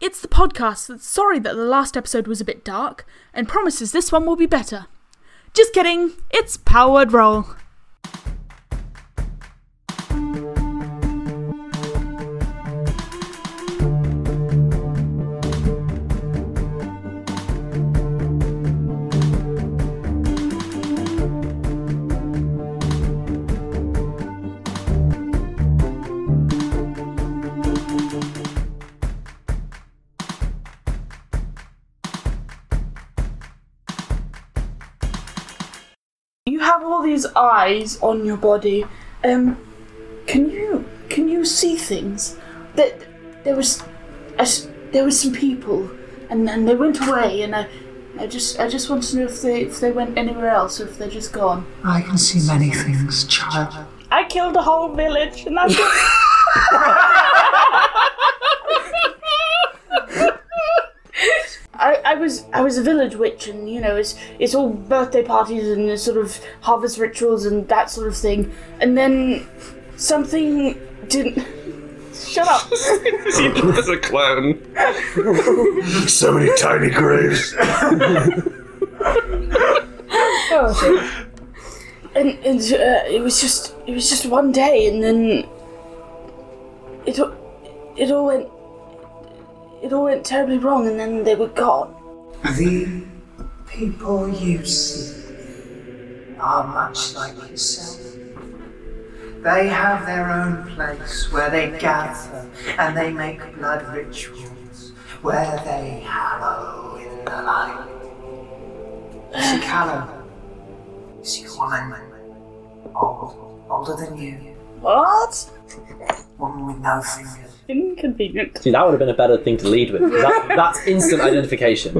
It's the podcast that's sorry that the last episode was a bit dark and promises this one will be better. Just kidding, it's Powered Roll. You have all these eyes on your body. Um, can you can you see things? That there was, I s there was some people, and and they went away, and I, I just I just want to know if they if they went anywhere else or if they're just gone. I can see many things, child. I killed a whole village, and that's I, I was I was a village witch, and you know it's it's all birthday parties and the sort of harvest rituals and that sort of thing. And then something didn't. Shut up. As a clown. So many tiny graves. and and uh, it was just it was just one day, and then it all- it all went it all went terribly wrong, and then they were gone. The people you see are much like yourself. They have their own place where they gather and they make blood rituals, where they hallow in the light. You see Callum. You see a woman, old, older than you, What? woman with no fingers. Inconvenient. See, that would have been a better thing to lead with. That, that's instant identification.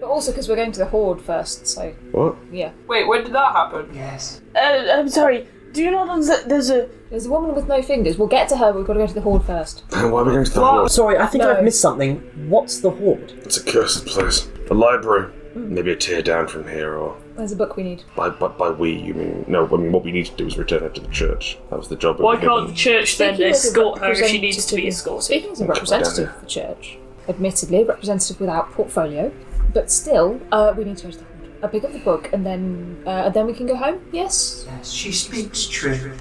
But also because we're going to the Horde first, so What? yeah. Wait, when did that happen? Yes. Uh, I'm sorry. Do you not understand? There's a There's a woman with no fingers. We'll get to her, but we've got to go to the Horde first. Why are we going to the Oh, hall? sorry, I think No. I've missed something. What's the horde? It's a cursed place. The library. Maybe a tear down from here, or There's a book we need. by, by by we you mean no? I mean what we need to do is return her to the church. That was the job. we Why were given. can't the church then Speaking as a escort her if she representative- needs to be escorted? Speaking as a representative of the church, admittedly, a representative without portfolio, but still, uh, we need to go to the Horde. I pick up the book and then uh, and then we can go home. Yes. Yes, she speaks true.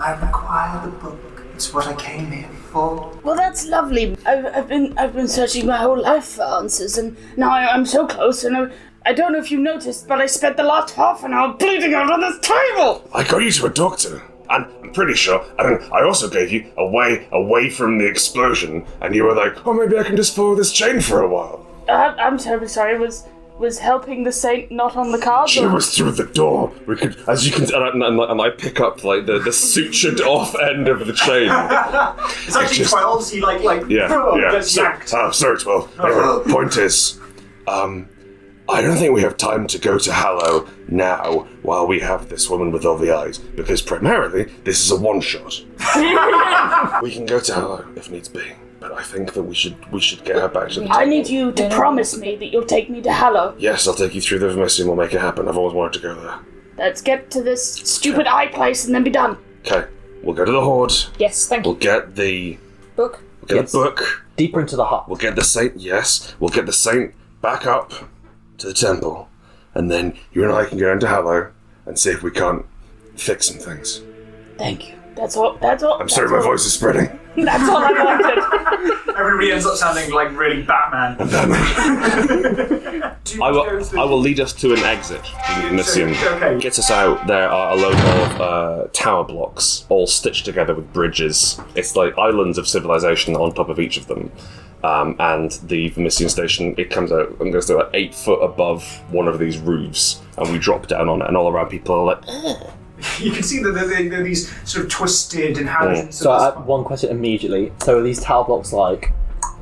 I require the book. It's what I came here for. Well, that's lovely. I've, I've been I've been searching my whole life for answers, and now I, I'm so close. And I, I don't know if you noticed, but I spent the last half an hour bleeding out on this table. I got you to a doctor. And I'm pretty sure. And I also gave you away away from the explosion. And you were like, oh, maybe I can just follow this chain for a while. I, Uh, I'm terribly sorry. Was was helping the saint not on the cards? She was through the door. We could, as you can, and I, and I, and I pick up like the, the sutured off end of the chain. Ah, It's actually Just- 12, so you like, like, oh, Yeah, boom, yeah. gets So, yanked. uh, sorry, twelve. Anyway, point is, um, I don't think we have time to go to Hallow now while we have this woman with all the eyes, because primarily this is a one shot. we can go to Hallow if needs be, but I think that we should we should get her back to the. I need you to promise me that you'll take me to Hallow. Yes, I'll take you through the river Mist and we'll make it happen. I've always wanted to go there. Let's get to this stupid eye place and then be done. Okay, we'll go to the Horde. Yes. Thank We'll you. get the Book. we'll get Yes. the book. Deeper into the hut. We'll get the saint, yes. We'll get the saint back up to the temple. And then you and I can go into Hallow and see if we can't fix some things. Thank you. That's all. That's all. I'm sorry, my voice is spreading. That's all I wanted. Everybody ends up sounding like really Batman. I will, I will lead us to an exit. Nissian Okay. gets us out. There are a load of uh, tower blocks, all stitched together with bridges. It's like islands of civilization on top of each of them. Um, and the Vermisian station, it comes out, I'm going to say, like eight foot above one of these roofs. And we drop down on it, and all around people are like, You can see that they're, they're, they're these sort of twisted and halogens. So I have one question immediately. So are these tower blocks like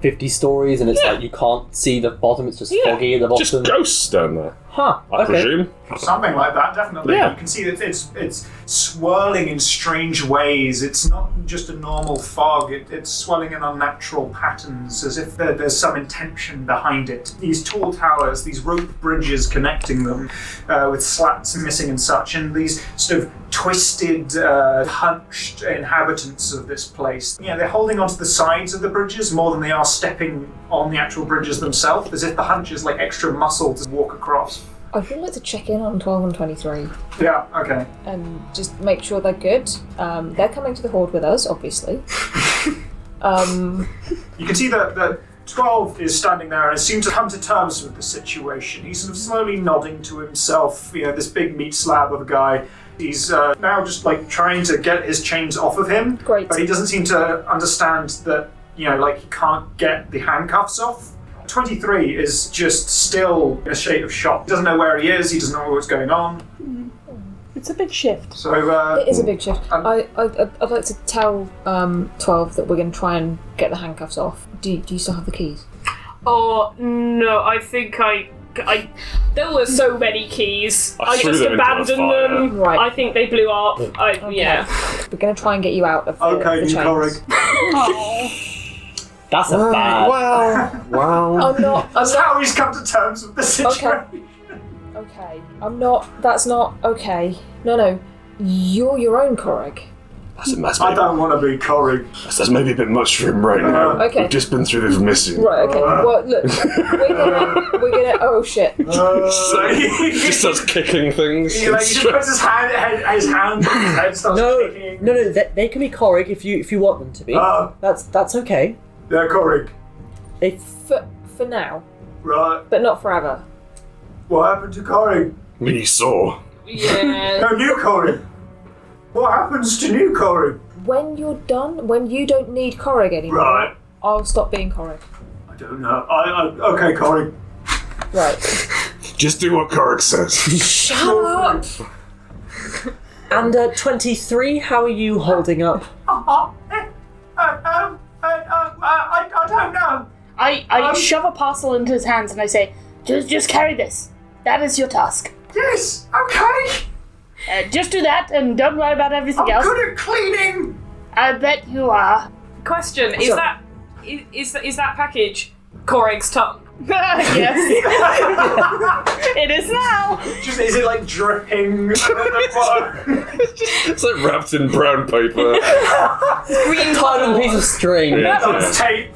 50 stories and it's like you can't see the bottom, it's just foggy at the bottom? just ghosts down there. Huh. I okay. presume. Something like that, definitely. Yeah. You can see that it's it's swirling in strange ways. It's not just a normal fog. It, it's swirling in unnatural patterns, as if there, there's some intention behind it. These tall towers, these rope bridges connecting them, uh, with slats missing and such, and these sort of twisted, uh, hunched inhabitants of this place. Yeah, they're holding onto the sides of the bridges more than they are stepping on the actual bridges themselves, as if the hunch is like extra muscle to walk across. I would like to check in on 12 and 23 Yeah. Okay. and just make sure they're good. Um, they're coming to the Horde with us, obviously. um, You can see that, that 12 is standing there and seems to come to terms with the situation. He's sort of slowly nodding to himself, you know, this big meat slab of a guy. He's uh, now just like trying to get his chains off of him. Great. But he doesn't seem to understand that, you know, like he can't get the handcuffs off. 23 is just still in a state of shock. He doesn't know where he is, he doesn't know what's going on. It's a big shift. So, uh, it is a big shift. Um, I, I, I'd like to tell um, 12 that we're going to try and get the handcuffs off. Do, do you still have the keys? Oh no, I think I. I, there were so many keys. I I, threw just them into the abandoned fire. them. Right. I think they blew up. I, Yeah. We're going to try and get you out of the, okay, the you chains. Korig. That's a bad. Well, well. I'm not. I'm That's not. how he's come to terms with the situation. Okay. I'm not. That's not okay. No, no. You're your own Korig. That's, that's, I maybe, don't want to be Korig. that's maybe a bit much for him right now. Oh, Okay. We've just been through this missing. Right, okay. Well, look. We're gonna. We're gonna. Oh, shit. Uh, So he just starts kicking things. He, like, he just puts his hand, head, his hand, his head starts No, kicking. no, no. They, they can be Corrig if you if you want them to be. Ah, That's that's okay. they're Korig. If For for now, Right. but not forever. What happened to Korig? We saw. Yeah. No, new Korig. What happens to new Korig? When you're done, when you don't need Corrig anymore, Right. I'll stop being Corrig. I don't know. I, I okay, Korig. Right. Just do what Corrick says. Shut up. and uh, twenty three, how are you holding up? Uh-huh. Eh, uh, um, uh, uh, I, I don't know. I, I Um, shove a parcel into his hands and I say, just, just carry this. That is your task. Yes, okay. Uh, just do that and don't worry about everything I'm else. good at cleaning. I bet you are. Question: Is So- that is, is that is that package Corig's tongue? yes, it is now. Just, is it like dripping? It's like wrapped in brown paper. Green Tied on a piece of string. That's tape.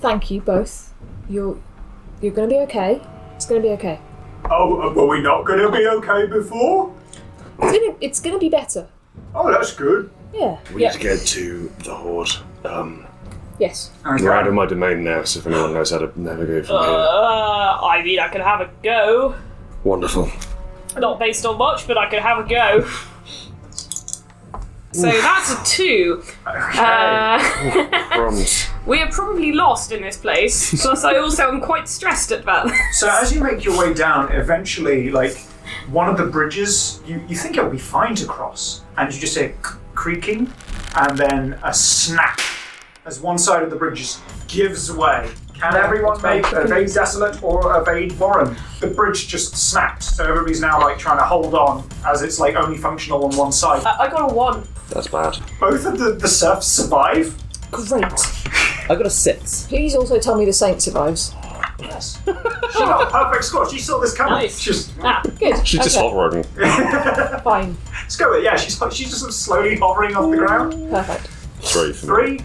Thank you both. You're you're gonna be okay. It's gonna be okay. oh, uh, were we not going to be okay before? It's gonna it's gonna be better. Oh, that's good. Yeah. we need to get to the Horde. Um, Yes. Okay. we're out of my domain now, so if anyone knows how to navigate from here. Uh, I mean, I could have a go. Wonderful. Not based on much, but I could have a go. So that's a two. Uh, Crumbs. we are probably lost in this place. Plus, I also am quite stressed at that. So as you make your way down, eventually, like one of the bridges, you, you think it'll be fine to cross, and you just hear c- creaking, and then a snap as one side of the bridge just gives way. Can everyone make evade desolate or evade warren? The bridge just snapped, so everybody's now like trying to hold on as it's like only functional on one side. I got a one. That's bad. Both of the, the serfs survive. Great. I got a six. Please also tell me the saint survives. Yes. she got a perfect score. She saw this coming. Nice. She's Ah, Good. She's just okay. hovering. Fine. let's go. with it. Yeah, she's she's just sort of slowly hovering off the ground. Perfect. Three for me. Three.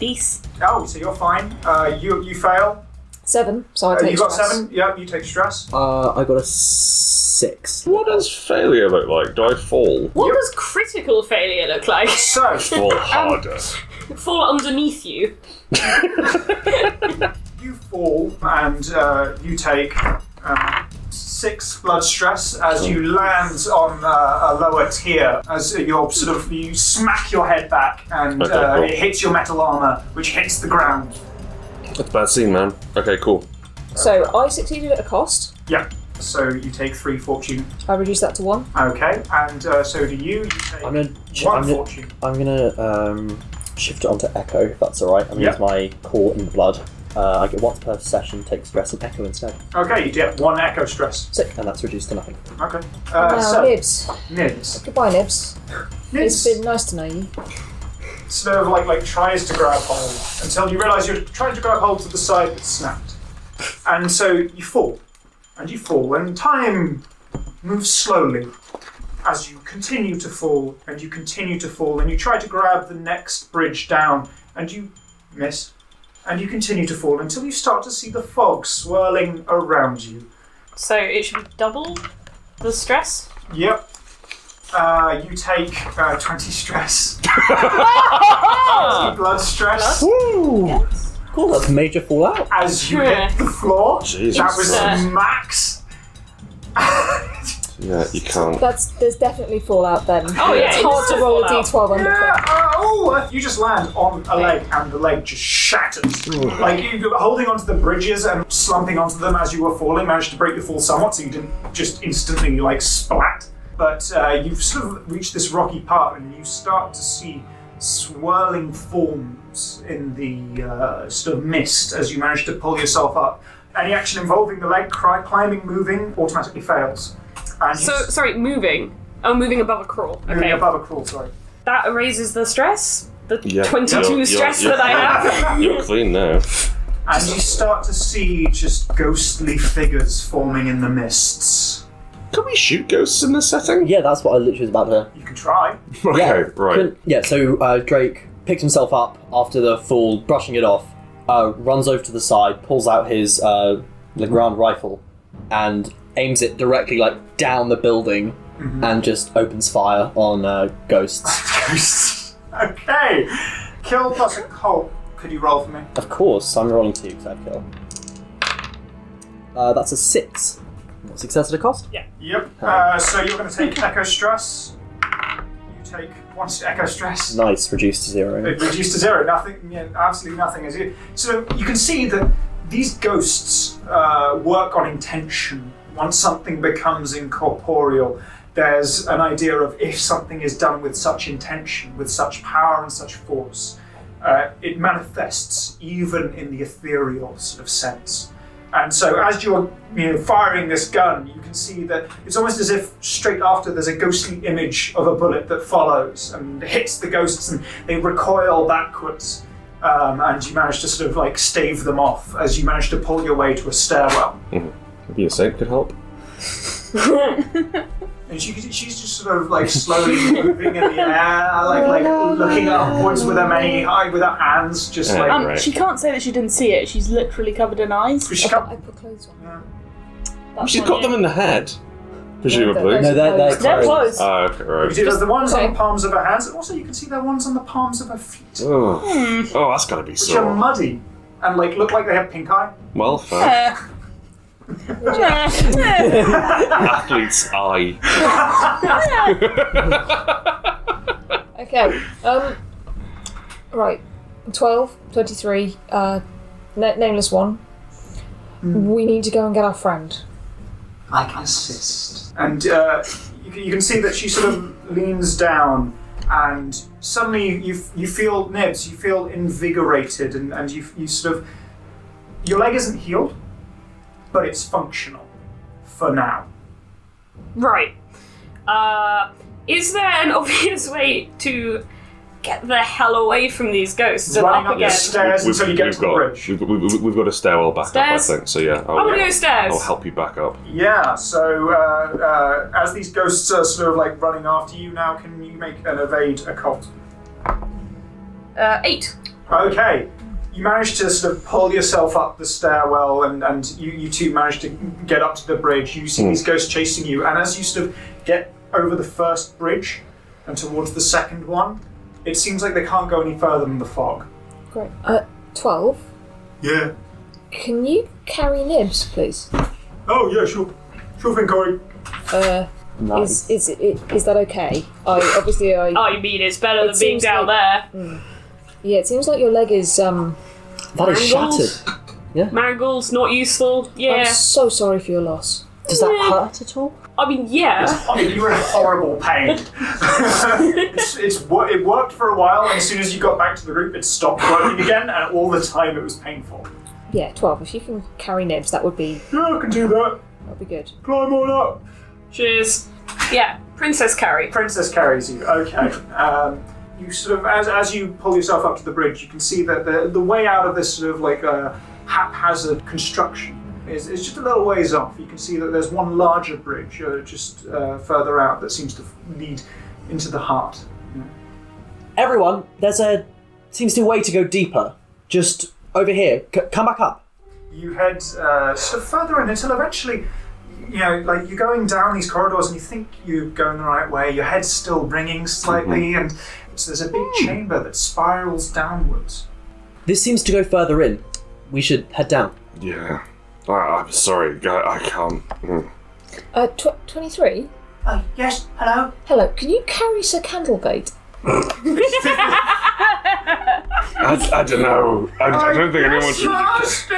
Peace. Oh, so you're fine. Uh, you you fail. Seven. So I Uh, take you got stress. seven. Yeah, you take stress. Uh, I got a six. What does failure look like? Do I fall? what does critical failure look like? So Um, Fall harder. Fall underneath you. you fall and uh, you take um, six blood stress as you land on uh, a lower tier. As you're sort of you smack your head back and Okay, uh, cool. it hits your metal armor, which hits the ground. That's a bad scene, man. Okay, cool. So I succeeded at a cost. Yeah. So you take three fortune. I reduced that to one. Okay, and uh, so do you. You take I'm gonna. ch- one I'm gonna, fortune. I'm gonna um, shift it onto Echo. If that's all right. I'm gonna Yeah. use my core in blood. Uh, I get once per session, take stress and echo instead. Okay, you get one echo stress. Sick, and that's reduced to nothing. Okay. Uh, now, so, Nibs. Nibs. Goodbye, Nibs. It's Nibs been nice to know you. sort of like, like tries to grab hold until you realise you're trying to grab hold to the side that snapped. And so you fall. And you fall, and time moves slowly as you continue to fall, and you continue to fall, and you try to grab the next bridge down, and you miss. And you continue to fall until you start to see the fog swirling around you. So it should be double the stress. Yep. Uh, you take uh, 20 stress. blood stress. Ooh! Cool, that's major fallout. As you hit the floor. That was Yeah. max. Yeah, you can't. That's there's definitely fallout then. Oh, yeah, it's hard it's to still roll a fallout. d12 under Yeah, yeah. uh, oh, you just land on a leg and the leg just shatters. Like you were holding onto the bridges and slumping onto them as you were falling, managed to break your fall somewhat so you didn't just instantly like splat. But uh, you've sort of reached this rocky part and you start to see swirling forms in the uh, sort of mist as you manage to pull yourself up. Any action involving the leg cry, climbing, moving automatically fails. And you So sorry, moving. Oh, moving above a crawl. moving Okay, above a crawl, sorry. that erases the stress. The Yeah. 22 You're- you're- stress you're- that I have. You're clean now. And you start to see just ghostly figures forming in the mists. Can we shoot ghosts in this setting? Yeah, that's what I literally was about to. You can try. Okay, Yeah. right. Yeah, so uh, Drake picks himself up after the fall, brushing it off, uh, runs over to the side, pulls out his uh, Legrand rifle, and aims it directly like down the building, and just opens fire on uh, ghosts. okay. Kill plus a cult. Could you roll for me? of course, I'm rolling two because I've killed. Uh, that's a six. What success at a cost? Yep. Uh, so you're going to take echo stress. You take one st- echo stress. Nice, reduced to zero. It reduced to zero. Nothing. Yeah, absolutely nothing. As you, so you can see that these ghosts uh, work on intention. Once something becomes incorporeal, there's an idea of if something is done with such intention, with such power and such force, uh, it manifests even in the ethereal sort of sense. And so, as you're you know, firing this gun, you can see that it's almost as if straight after there's a ghostly image of a bullet that follows and hits the ghosts, and they recoil backwards. Um, and you manage to sort of like stave them off as you manage to pull your way to a stairwell. Maybe a saint could help. And she, she's just sort of like slowly moving in the air, like like looking upwards with her many eye with her hands, just Yeah. like Um, Right. She can't say that she didn't see it. She's literally covered in eyes. she I can't, put clothes on. She's got them in the head, presumably. No, they're, they're They're closed. close. Ah, okay, You right. do, there's the ones on okay. the palms of her hands, and also you can see there are ones on the palms of her feet, which Oh, oh that's gotta be are sore. muddy and like look like they have pink eye. Well, fuck. athlete's eye. Okay. Um. Right. 12, 23, uh, na- nameless one. We need to go and get our friend. I can assist. and uh, you, can- you can see that she sort of leans down and suddenly you, f- you feel nibs you feel invigorated and, and you, f- you sort of your leg isn't healed but it's functional for now Right. Uh, is there an obvious way to get the hell away from these ghosts and running up up the again? stairs until you get to the got, bridge we've, we've, we've got a stairwell back Stairs? up, I think. So yeah, I'll, I'm gonna go stairs. I'll help you back up. yeah so uh, uh, as these ghosts are sort of like running after you now can you make an evade occult Uh, eight. Okay. You manage to sort of pull yourself up the stairwell, and, and you, you two manage to get up to the bridge. You see these ghosts chasing you, and as you sort of get over the first bridge and towards the second one, it seems like they can't go any further than the fog. Great. Uh, 12. Yeah. Can you carry Nibs, please? Oh, yeah, sure. Sure thing, Corey. Uh, Nice. is, is, is, is that okay? I obviously I Oh, you mean it's better than being seems down there? yeah. It seems like your leg is um. That is Mangled? shattered. Mangles, not useful. Yeah. I'm so sorry for your loss. Does that hurt at all? I mean, yeah. I mean, you were in horrible pain. it's, it's, wor- it worked for a while, and as soon as you got back to the group, it stopped working again, and all the time it was painful. Yeah, 12. If you can carry Nibs, that would be Yeah, I can do that. that would be good. Climb on up. Cheers. Yeah, Princess Carrie. Princess carries you. Okay. Um, you sort of, as, as you pull yourself up to the bridge, you can see that the, the way out of this sort of like uh, haphazard construction is, is just a little ways off. You can see that there's one larger bridge uh, just uh, further out that seems to lead into the heart. Everyone, there's a seems to be a way to go deeper. Just over here. C- come back up. you head uh, sort of further in until eventually, you know, like you're going down these corridors and you think you're going the right way. Your head's still ringing slightly, Mm-hmm. and so there's a big chamber that spirals downwards. This seems to go further in. We should head down. Yeah. Ah, I'm sorry, I, I can't. Mm. Uh, tw- 23? Oh, yes, hello? Hello, can you carry Sir Candlegate? I, I don't know. I, I don't think anyone should. Master!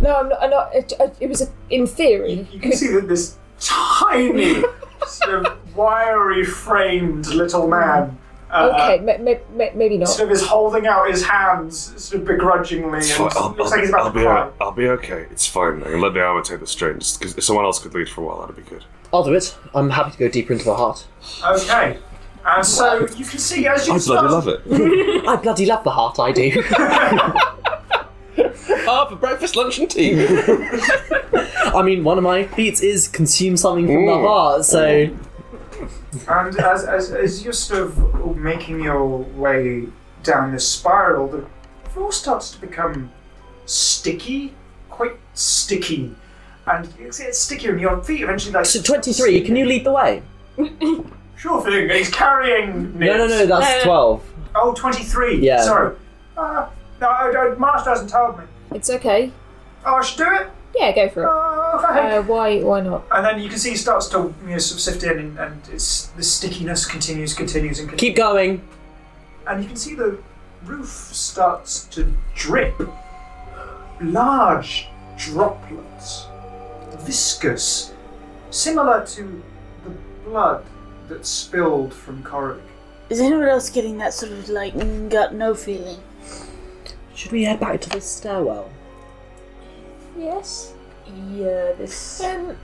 No, I'm not. I'm not it, it was a, in theory. You can see that this tiny, sort of wiry framed little man. Okay, ma- ma- ma- maybe not. Sort of is holding out his hands, sort of begrudgingly, It's and fine. I'll, looks like he's I'll, I'll about to be, cry. o- I'll be okay. It's fine. I can let the armor take the strain. Just because someone else could lead for a while, that'd be good. I'll do it. I'm happy to go deeper into the heart. Okay, and so you can see as you I start bloody love it. I bloody love the heart, I do. Ah, for breakfast, lunch, and tea. I mean, one of my feats is consume something from the Mm. heart, so. And as, as, as you're sort of making your way down this spiral, the floor starts to become sticky, quite sticky. And it's, it's stickier, and your feet eventually like. So 23, can you lead the way? Sure thing, he's carrying. No, no, no, nibs. that's 12. Oh, 23. Yeah. Sorry. Uh, no, I, I, Marsh hasn't told me. It's okay. Oh, I should do it? Yeah, go for it. Oh, okay. Uh, why? Why not? and then you can see he starts to you know, sort of sift in, and, and it's, the stickiness continues, continues, and continues. Keep going. and you can see the roof starts to drip large droplets, viscous, similar to the blood that spilled from Korik. Is anyone else getting that sort of like mm, got no feeling? Should we head back to the stairwell? Yes. Yeah, this. Um.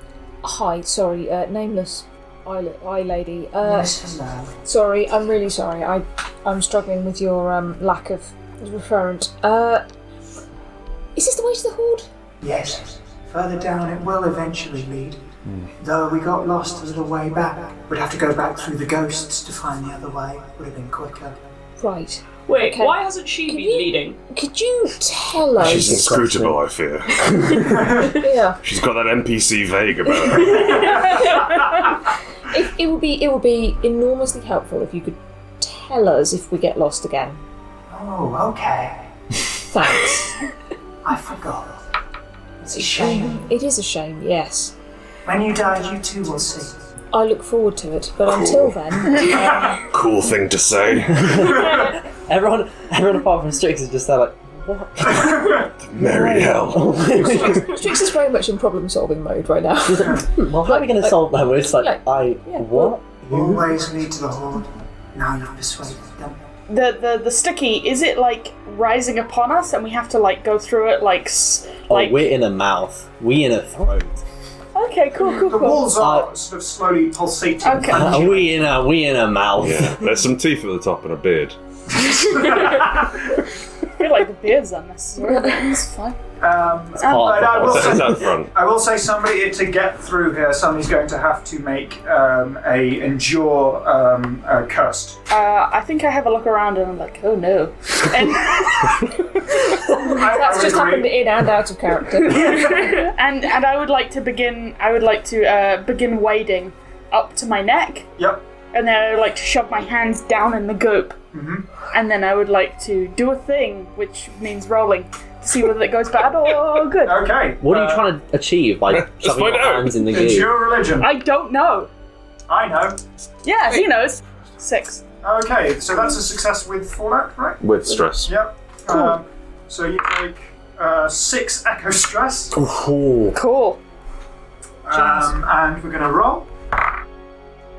Hi. Sorry. Uh, nameless. Eye, la- eye lady. Uh, hello. Sorry. I'm really sorry. I, I'm struggling with your um lack of referent. Uh. Is this the way to the horde? Yes, further down it will eventually lead. Though we got lost a little way back. We'd have to go back through the ghosts to find the other way. Would have been quicker. Right. Wait, Okay. why hasn't she been you- leading? Could you tell us? She's inscrutable, I fear. Yeah. She's got that NPC vague about her. It, it would be it would be enormously helpful if you could tell us if we get lost again. Oh, okay. Thanks. I forgot. It's a shame. it is a shame. Yes. When you die, you too will see. I look forward to it, but until then, Cool thing to say. Everyone, everyone apart from Strix is just there, like, what? Merry hell. Strix is very much in problem solving mode right now. well, how are we going to solve that? We're just like, like, I. yeah, what? Always lead to the horde. Now you've persuaded them. The the the sticky is it like rising upon us and we have to like go through it like s- like oh, we're in a mouth. We in a throat. okay cool cool The cool. walls are sort of slowly pulsating. Okay. Are Uh, we in a we in a mouth? Yeah, there's some teeth at the top and a beard. I feel like the beard's unnecessary. but It's fine. Um, but hard. I will What's that, is say, that front? I will say somebody to get through here, somebody's going to have to make um, a endure um, a cursed. Uh, I think I have a look around and I'm like, oh no. And I- I That's would just agree. happened in and out of character. and and I would like to begin. I would like to uh, begin wading up to my neck, Yep. and then I would like to shove my hands down in the goop, and then I would like to do a thing, which means rolling, to see whether it goes bad or good. Okay. What are you uh, trying to achieve by shoving find your out. hands in the goo? Endure religion. I don't know. I know. Yeah, he knows. Six. Okay, so that's a success with Fallout, right? With stress. Yep. Um, so you take uh, six echo stress, um, Ooh. Cool. and we're going to roll.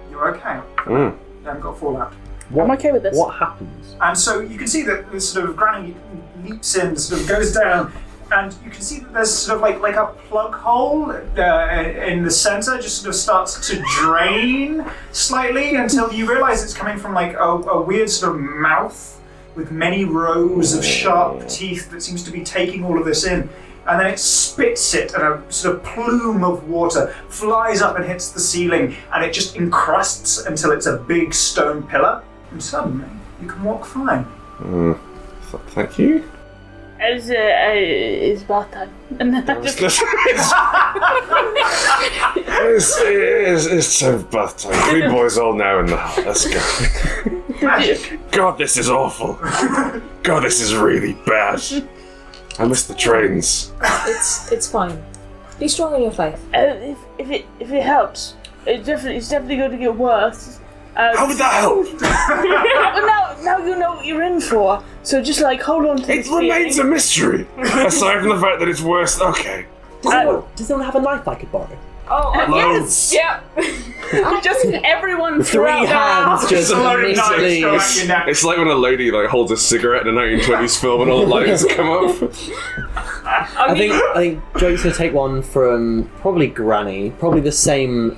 You're okay. Mm. You haven't got Fallout. What, I'm okay with this. What happens? And so you can see that this sort of Granny leaps in, sort of goes down, and you can see that there's sort of like like a plug hole uh, in the center, just sort of starts to drain slightly until you realize it's coming from like a, a weird sort of mouth with many rows of sharp teeth that seems to be taking all of this in. And then it spits it, and a sort of plume of water flies up and hits the ceiling, and it just encrusts until it's a big stone pillar. And suddenly, you can walk fine. Th- Thank you. It's, uh, uh, it's bath time. And then I just It's, it's, it's so bath time. We boys all know in the Let's go. Magic. God, this is awful. God, this is really bad. I miss the trains. It's it's fine. Be strong in your faith. Uh, if, if it if it helps, it definitely it's definitely going to get worse. Um, How would that help? but now now you know what you're in for. So just like hold on to It this remains a feeling. mystery. Aside from the fact that it's worse. Okay. Uh, Does, anyone, does anyone have a knife I could borrow? Oh, uh, Loads. yes! Yeah. just everyone Three throughout hands just It's a loaded knife immediately- going at your neck. It's like when a lady like holds a cigarette in a 1920s film and all the lights come up. I think I think Joe's gonna take one from probably Granny, probably the same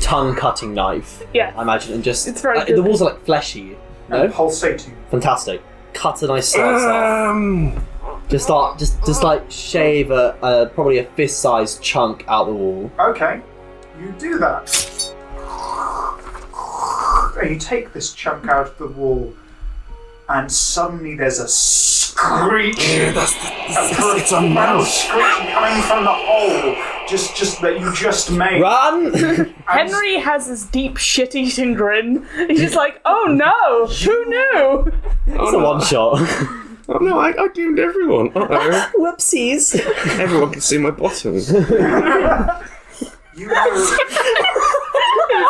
tongue cutting knife. Yeah. I imagine, and just It's very uh, good. Mm. the walls are like fleshy. No, Pulsating. fantastic. Cut a nice slice Ah. off. Um. Just start, just just like shave a, a probably a fist sized chunk out the wall. Okay, you do that. And you take this chunk out of the wall, and suddenly there's a screech. a profound screech coming from the hole, just just that you just made. Run! Oh, And Henry has this deep shit-eating grin. He's just like, "Oh no, who knew?" it's a one shot. Oh no, I, I doomed everyone. Uh-oh. Whoopsies. Everyone can see my bottom. it's You know,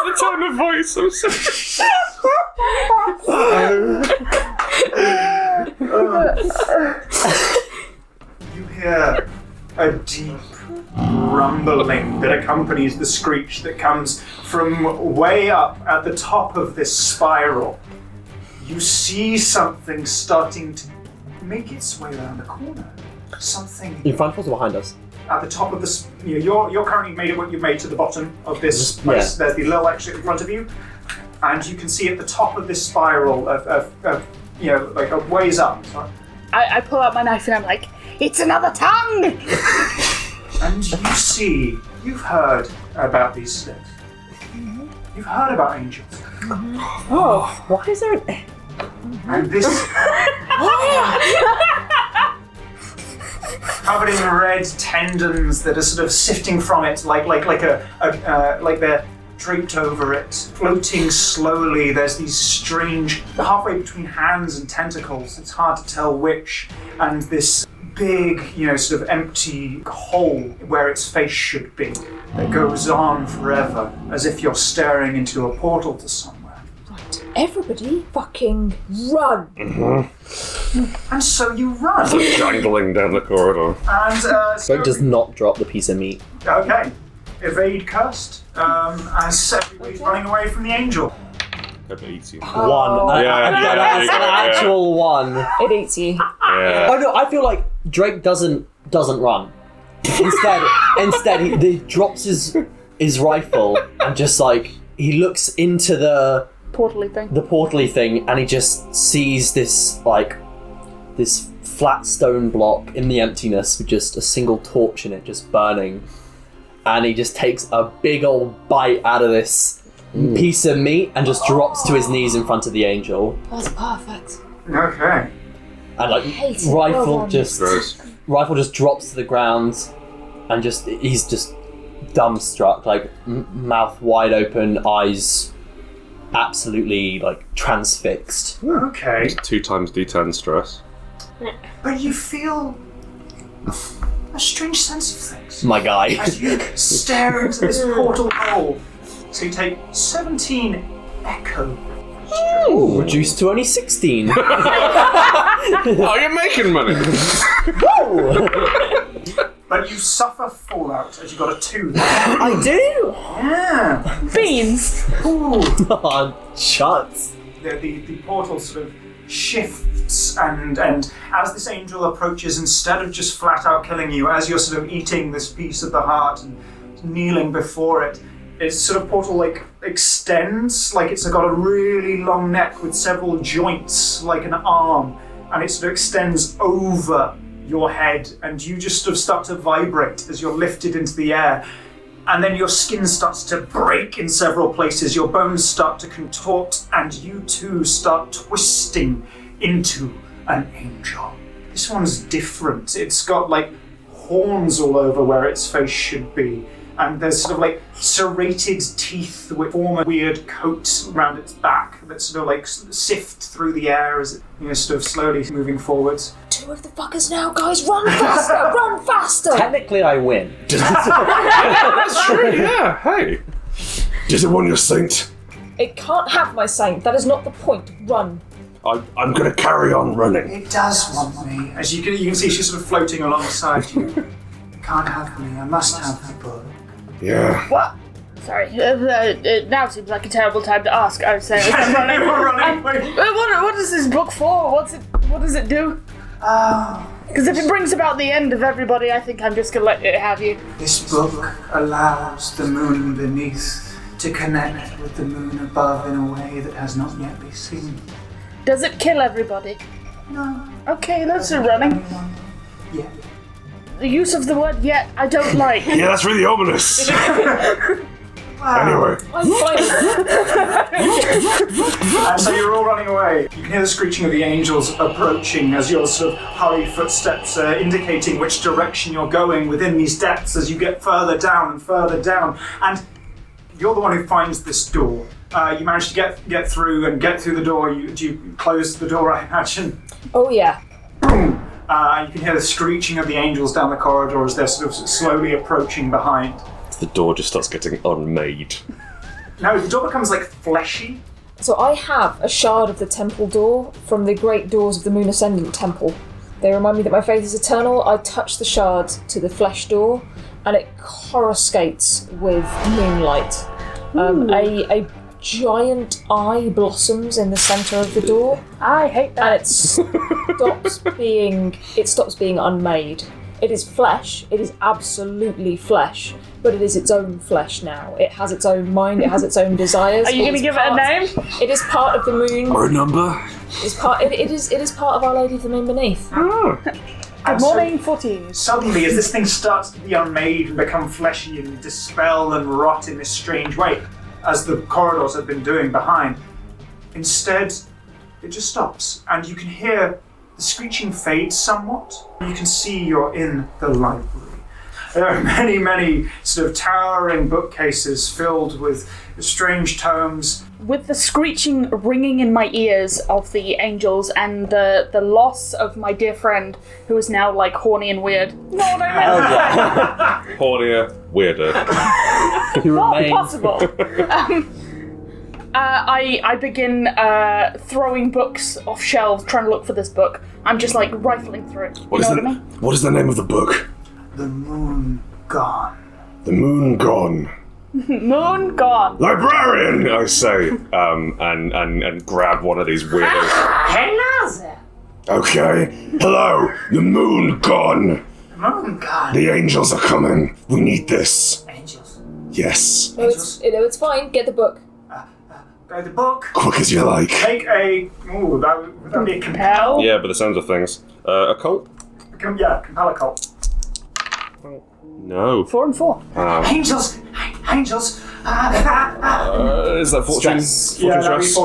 the tone of voice. I'm so you hear a deep rumbling that accompanies the screech that comes from way up at the top of this spiral. You see something starting to make its way around the corner. Something In front of us or behind us? at the top of this. You know, you're, you're currently made it what you've made to the bottom of this place. There's the little exit in front of you, and you can see at the top of this spiral of, of, of you know, like a ways up. I, I pull out my knife and I'm like, "It's another tongue." And you see, you've heard about these things. You've heard about angels. Oh, Why is there an? And this. covered in red tendons that are sort of sifting from it, like like like a, a uh, like they're draped over it, floating slowly. There's these strange, they're halfway between hands and tentacles. It's hard to tell which. And this big, you know, sort of empty hole where its face should be that goes on forever, as if you're staring into a portal to somewhere. Everybody fucking run. And so you run. jangling down the corridor. And uh, so, Joe does not drop the piece of meat. okay, evade cursed. Um, and so everybody's running away from the angel. I've eaten. Oh. One. Uh, Yeah, yeah, that's yeah, an yeah. actual one. It eats you. Yeah. Oh no, I feel like Drake doesn't doesn't run. Instead, instead he, he drops his his rifle and just like he looks into the Portally thing. the portally thing and he just sees this like this flat stone block in the emptiness with just a single torch in it just burning and he just takes a big old bite out of this piece of meat and just drops to his knees in front of the angel That's perfect. Okay. and like Hate it. Well rifle done. just Gross. rifle just drops to the ground and just he's just dumbstruck like m- mouth wide open eyes absolutely like transfixed Okay. Two times D10 stress. But you feel a strange sense of things my guy as you stare into this portal hole. So you take 17 echo. reduced to only 16 Oh, you're making money. But you suffer fallout as you got a 2 there. i do Yeah. Beans. Ooh. oh, shuts the, the, the portal sort of shifts and and as this angel approaches, instead of just flat out killing you, as you're sort of eating this piece of the heart and kneeling before it, its sort of portal like extends, like it's got a really long neck with several joints, like an arm, and it sort of extends over your head, and you just sort of start to vibrate as you're lifted into the air and then your skin starts to break in several places, your bones start to contort, and you too start twisting into an angel. This one's different. It's got like horns all over where its face should be, and there's sort of like serrated teeth which form a weird coat around its back that sort of like s- sift through the air as it, you know, sort of slowly moving forwards. Two of the fuckers now, guys. Run faster! run faster! Technically, I win. That's true, yeah, hey. Did it want your saint? It can't have my saint. That is not the point. Run. I, I'm gonna carry on running. It does want me. As you can, you can see she's sort of floating alongside you. It can't have me. I must have the book. Yeah. What? Sorry, uh, uh, it now seems like a terrible time to ask. I would say. Uh, We're running away. what, what is this book for? What's it? What does it do? Oh, Because if it brings about the end of everybody, I think I'm just gonna let it have you. this book allows the moon beneath to connect with the moon above in a way that has not yet been seen. Does it kill everybody? No. Okay, that's a running. Yeah. The use of the word yet I don't like. Yeah, that's really ominous. anyway, I'm fine. And so you're all running away. You can hear the screeching of the angels approaching as your sort of hurried footsteps are indicating which direction you're going within these depths as you get further down and further down. And you're the one who finds this door. Uh, you manage to get get through and get through the door. You, do you close the door, I imagine? oh yeah. Uh, you can hear the screeching of the angels down the corridor as they're sort of slowly approaching behind. The door just starts getting unmade. Now the door becomes like fleshy So I have a shard of the temple door from the great doors of the Moon Ascendant Temple. They remind me that my faith is eternal. I touch the shard to the flesh door, and it coruscates with moonlight. Um, a, a giant eye blossoms in the centre of the door, I hate that. and it stops being it stops being unmade. It is flesh. It is absolutely flesh, but it is its own flesh now. It has its own mind. It has its own desires. Are you going gonna to give it a name? It is part of the moon. our number. It's part. It, it is. It is part of Our Lady of the Moon Beneath. Good morning, fourteens. suddenly, as this thing starts to be unmade and become fleshy and dispel and rot in this strange way, as the corridors have been doing behind, instead, it just stops, and you can hear the screeching fades somewhat. You can see you're in the library. There are many, many sort of towering bookcases filled with strange tomes. With the screeching ringing in my ears of the angels and the the loss of my dear friend who is now like horny and weird. No, no, no. Hornier, weirder. You not remain. possible. um, uh, I I begin uh, throwing books off shelves, trying to look for this book. I'm just like rifling through it. You What is know the what I mean? What is the name of the book? The moon gone. The Moon Gone. Moon gone. Librarian, I say. Um, and, and, and grab one of these weirdos. Okay. Hello. The Moon Gone. The moon gone. The angels are coming. We need this. Angels. Yes. No, it's. You know, it's fine. Get the book. Uh, the book. Quick as you like. Make a. Ooh, that would, would that be a compel? Hell. yeah, but the sounds of things. Uh, occult? Com- yeah, compel a cult. No. Four and four. Angels. Angels. Ah, ah, ah. Uh, is that fortune? Stress. Fortune yeah, that'd be stress?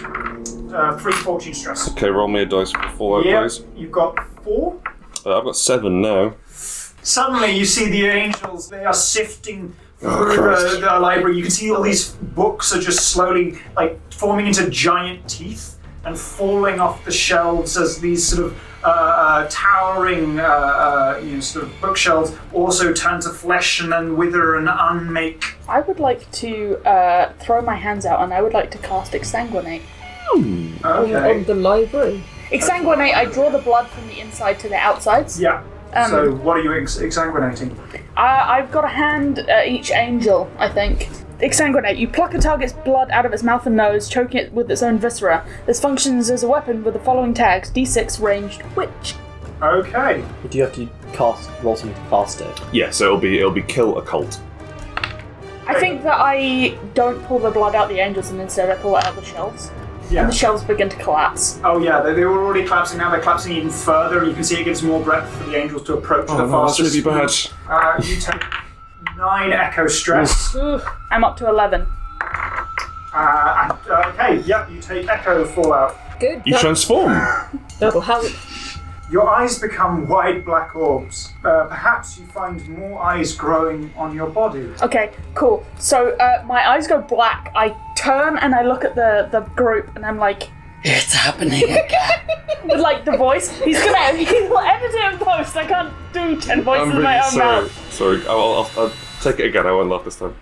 fortune stress. Uh, three fortune stress. Okay, roll me a dice for four, Yeah, please. you've got four. Uh, I've got seven now. Suddenly, you see the angels. They are sifting Oh, through the, Christ. the library. You can see all these books are just slowly, like, forming into giant teeth and falling off the shelves as these sort of uh, uh, towering, uh, uh, you know, sort of bookshelves also turn to flesh and then wither and unmake. I would like to uh, throw my hands out, and I would like to cast exsanguinate. On Oh, Okay. the library. Exsanguinate. I draw the blood from the inside to the outsides. Yeah. Um, Uh, so, what are you ex- exsanguinating? I, I've got a hand at each angel. I think. Exsanguinate. You pluck a target's blood out of its mouth and nose, choking it with its own viscera. This functions as a weapon with the following tags D6 ranged, which. Okay. But do you have to cast roll something to cast it? Yeah, so it'll be it'll be kill occult. I think that I don't pull the blood out the angels and instead I pull it out the shelves. Yeah. The shelves begin to collapse. Oh yeah, they, they were already collapsing. Now they're collapsing even further, and you can see it gives more breadth for the angels to approach the Oh, that's fastest. really bad. Uh, you take nine echo stress. uh, I'm up to 11. and, uh, okay, yep, you take echo fallout. Good. You transform. That'll help. Your eyes become wide black orbs. Uh, perhaps you find more eyes growing on your body. Okay, cool. So uh, my eyes go black. I turn and I look at the, the group and I'm like, It's happening again. with like the voice, he's gonna he'll edit it in post. I can't do 10 voices I'm in my really own sorry. mouth. Sorry, I'll, I'll, I'll take it again. I won't laugh this time.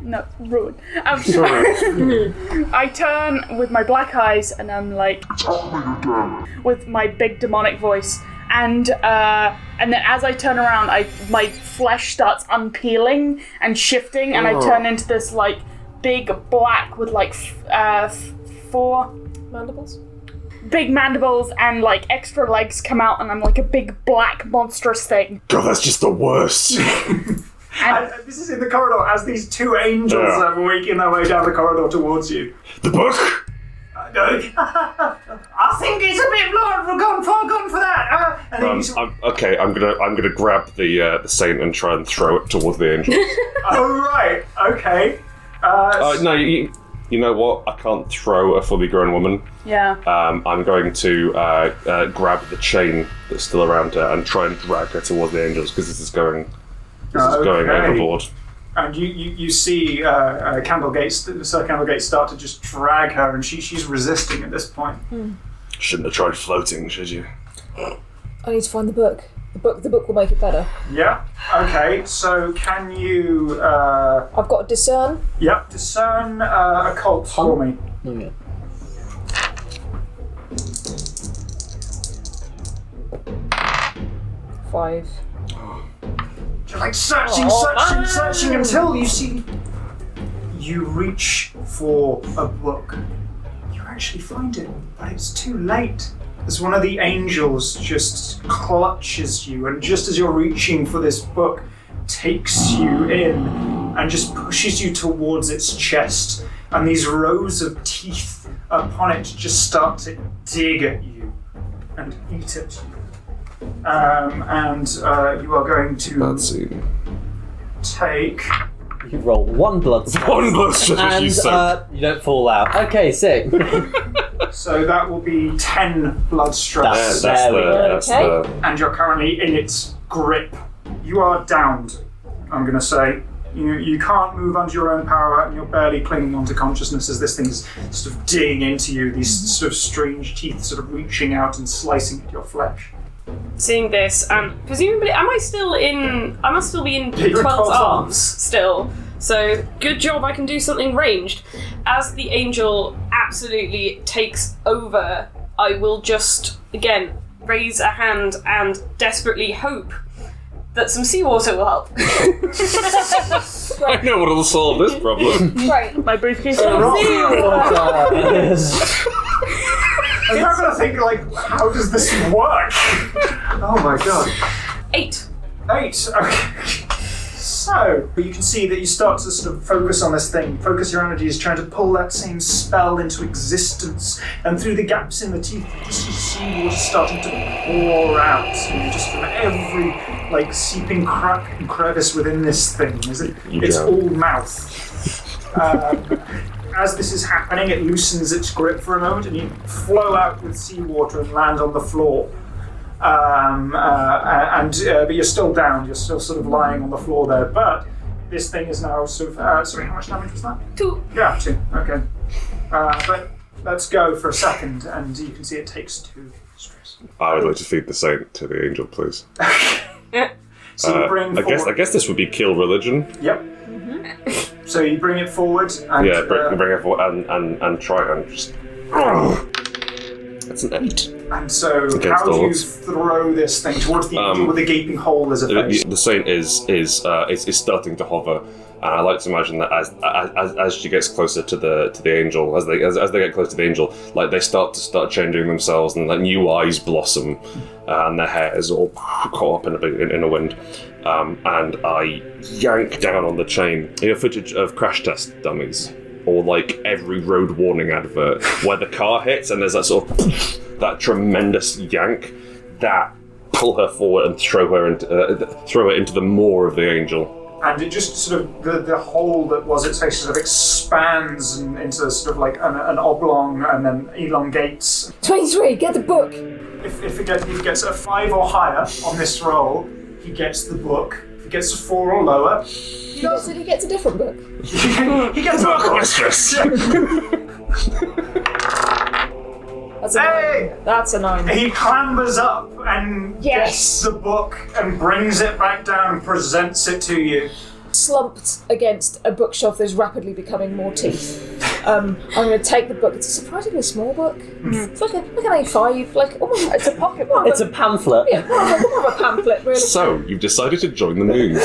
No, ruin. Um, Sorry. I turn with my black eyes and I'm like with my big demonic voice and uh, and then as I turn around I my flesh starts unpeeling and shifting and I turn into this like big black with like f- uh, f- four Mandibles. big mandibles and like extra legs come out and I'm like a big black monstrous thing. God, Oh, that's just the worst. And uh, this is in the corridor as these two angels Yeah. are making their way down the corridor towards you. the book. Uh, I think it's a bit long. We're going far gone for that. Uh, and then Um, you sort I'm, okay, I'm gonna I'm gonna grab the uh, the saint and try and throw it towards the angel. Oh, right. Okay. Uh, Uh, no, you, you know what? I can't throw a fully grown woman. Yeah. Um, I'm going to uh, uh, grab the chain that's still around her and try and drag her towards the angels because this is going this is going Okay. overboard. and you, you, you see uh, uh, Candlegate, st- Sir Candlegate start to just drag her, and she, she's resisting at this point. Shouldn't have tried floating, should you? I need to find the book. The book. The book will make it better. Yeah. Okay. So can you, uh, I've got to discern. yep, discern uh, a cult for me? Okay. Five. You're like searching, searching, searching until you see. You reach for a book. You actually find it, but it's too late. As one of the angels just clutches you, and just as you're reaching for this book, takes you in and just pushes you towards its chest, and these rows of teeth upon it just start to dig at you and eat at you. Um, and uh, you are going to Bad scene. take. You roll one blood cell One blood and you soak. uh, you don't fall out. Okay, sick. So that will be 10 blood stress. That's- that's- That's There we the, go. that's Okay. the And you're currently in its grip. You are downed, I'm going to say. You, you can't move under your own power, and you're barely clinging onto consciousness as this thing's sort of digging into you, these sort of strange teeth sort of reaching out and slicing at your flesh. Seeing this, um, presumably, am I still in? I must still be in in 12's Twelve's arms, arms. still. So good job, I can do something ranged. As the angel absolutely takes over, I will just again raise a hand and desperately hope that some seawater will help. I know what'll solve this problem. Right. My briefcase. Oh, And you're going to think, like, how does this work? oh my god. Eight. Eight. Okay. So, but you can see that you start to sort of focus on this thing. Focus your energies, trying to pull that same spell into existence. And through the gaps in the teeth, you just see water starting to pour out. You know, just from every like seeping crack and crevice within this thing. Is it? It's Yeah. all mouth. Um, as this is happening, it loosens its grip for a moment, and you flow out with seawater and land on the floor um, uh, and uh, but you're still down. You're still sort of lying on the floor there. But this thing is now sort of. Uh, sorry, how much damage was that? Two. Yeah, two. Okay. Uh, but let's go for a second, and you can see it takes two stress. I would like to feed the saint to the angel, please. So you Uh, bring. I guess I forward- guess this would be kill religion. Yep. so you bring it forward, and Yeah, bring, uh, bring her forward and, and, and try and just. That's an eight. And so, Against how do you odds. throw this thing towards the angel Um, uh, with a gaping hole as a The, face? the- the saint is is, uh, is is starting to hover, and I like to imagine that as as, as she gets closer to the to the angel, as they as, as they get close to the angel, like they start to start changing themselves, and like new eyes blossom, uh, and their hair is all caught up in a big, in, in a wind. Um, and I yank down on the chain. You know, footage of crash test dummies, or like every road warning advert where the car hits and there's that sort of that tremendous yank. That pull her forward and throw her into uh, th- throw her into the maw of the angel. and it just sort of the, the hole that was its face sort of expands and into sort of like an, an oblong and then elongates. 23, get the book! If, if, it gets, if it gets a five or higher on this roll, he gets the book. If it gets a four or lower, You guys said he gets a different book. he gets a book. Mistress, That's a Hey! nine. That's a nine. He clambers up and gets Yes. the book and brings it back down and presents it to you. slumped against a bookshelf that is rapidly becoming more teeth. Um, I'm going to take the book. It's a surprisingly small book. Hmm. It's like, a, like an A5, like almost it's a pocket book. It's a pamphlet. yeah, more of a, more of a pamphlet, really. so you've decided to join the moon.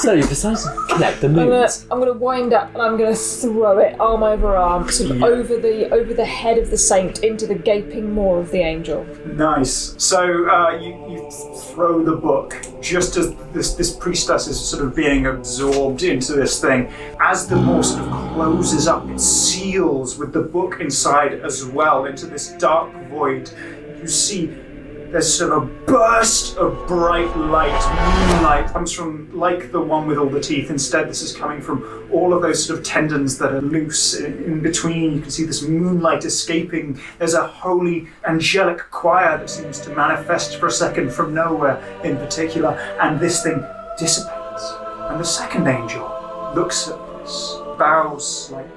So you decided to connect the I'm gonna, moons. I'm gonna wind up and I'm gonna throw it arm over arm, sort of over the over the head of the saint into the gaping maw of the angel. Nice. So uh, you, you throw the book just as this, this priestess is sort of being absorbed into this thing. As the maw sort of closes up, it seals with the book inside as well into this dark void. You see there's sort of a burst of bright light. Moonlight comes from, like the one with all the teeth, instead, this is coming from all of those sort of tendons that are loose in in between. You can see this moonlight escaping. There's a holy angelic choir that seems to manifest for a second from nowhere in particular, and this thing dissipates. And the second angel looks at this, bows slightly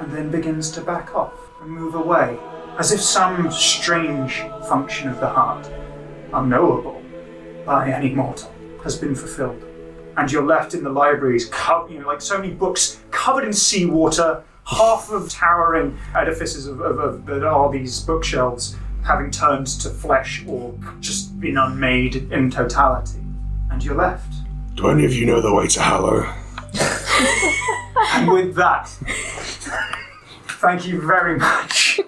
and then begins to back off and move away, as if some strange function of the heart, unknowable by any mortal, has been fulfilled. And you're left in the libraries, co- you know, like so many books covered in seawater, half of towering edifices of, of, of, that are these bookshelves having turned to flesh or just been unmade in totality. And you're left. Do any of you know the way to Hallow? And with that, thank you very much.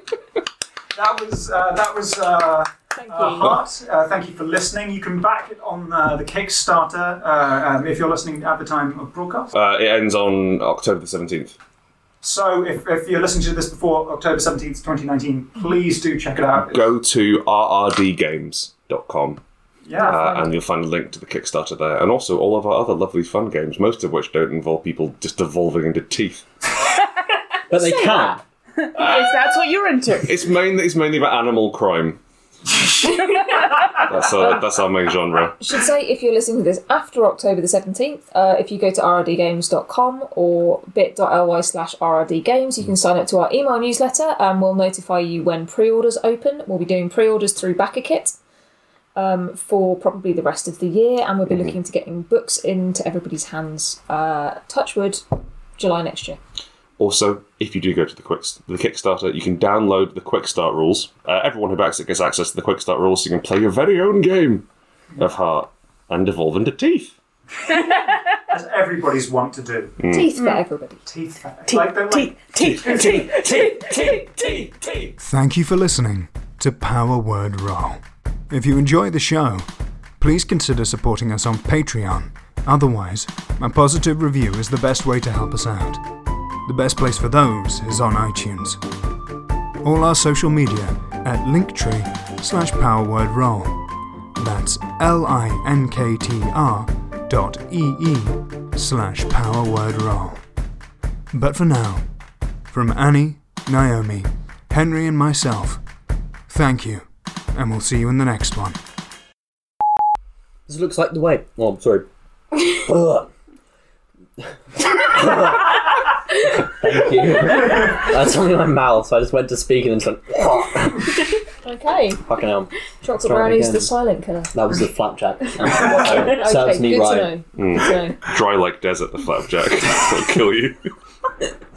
That was uh, that was uh, Thank you. uh, heart. Uh, thank you for listening. You can back it on uh, the Kickstarter uh, um, if you're listening at the time of broadcast. Uh, it ends on October the seventeenth. So if, if you're listening to this before October seventeenth, twenty nineteen, please do check it out. Go to rrdgames.com Yeah. uh, and you'll find a link to the Kickstarter there, and also all of our other lovely fun games, most of which don't involve people just evolving into teeth. But they can. If that's what you're into. It's mainly it's mainly about animal crime. that's our that's our main genre. should say if you're listening to this after October the 17th, uh, if you go to rrdgames.com or bit.ly slash rrdgames, you can sign up to our email newsletter and we'll notify you when pre orders open. We'll be doing pre orders through BackerKit um, for probably the rest of the year and we'll Mm-hmm. be looking to getting books into everybody's hands, uh, touchwood, July next year. Also, if you do go to the quick the Kickstarter, you can download the Quick Start rules. Uh, everyone who backs it gets access to the Quick Start rules, so you can play your very own game of heart and evolve into teeth. As everybody's want to do. Mm. Teeth for everybody. Teeth. Teeth, Like they're like- teeth, teeth, teeth, teeth, teeth, teeth, teeth. Thank you for listening to Power Word Roll. If you enjoy the show, please consider supporting us on Patreon. Otherwise, a positive review is the best way to help us out. The best place for those is on iTunes. All our social media at linktree slash Power Word Roll. That's L-I-N-K-T-R dot E-E slash Power Word Roll. But for now, from Annie, Naomi, Henry, and myself. Thank you, and we'll see you in the next one. This looks like the way. Oh, I'm sorry. Ugh. Thank you. That's something in my mouth, so I just went to speak and then just went, Okay. fucking hell. Chocolate Try it brownies, again. the silent killer. That was the flapjack. Okay, Serves me good right. Mm. to know. Good to know. Dry like desert, the flapjack. It'll kill you.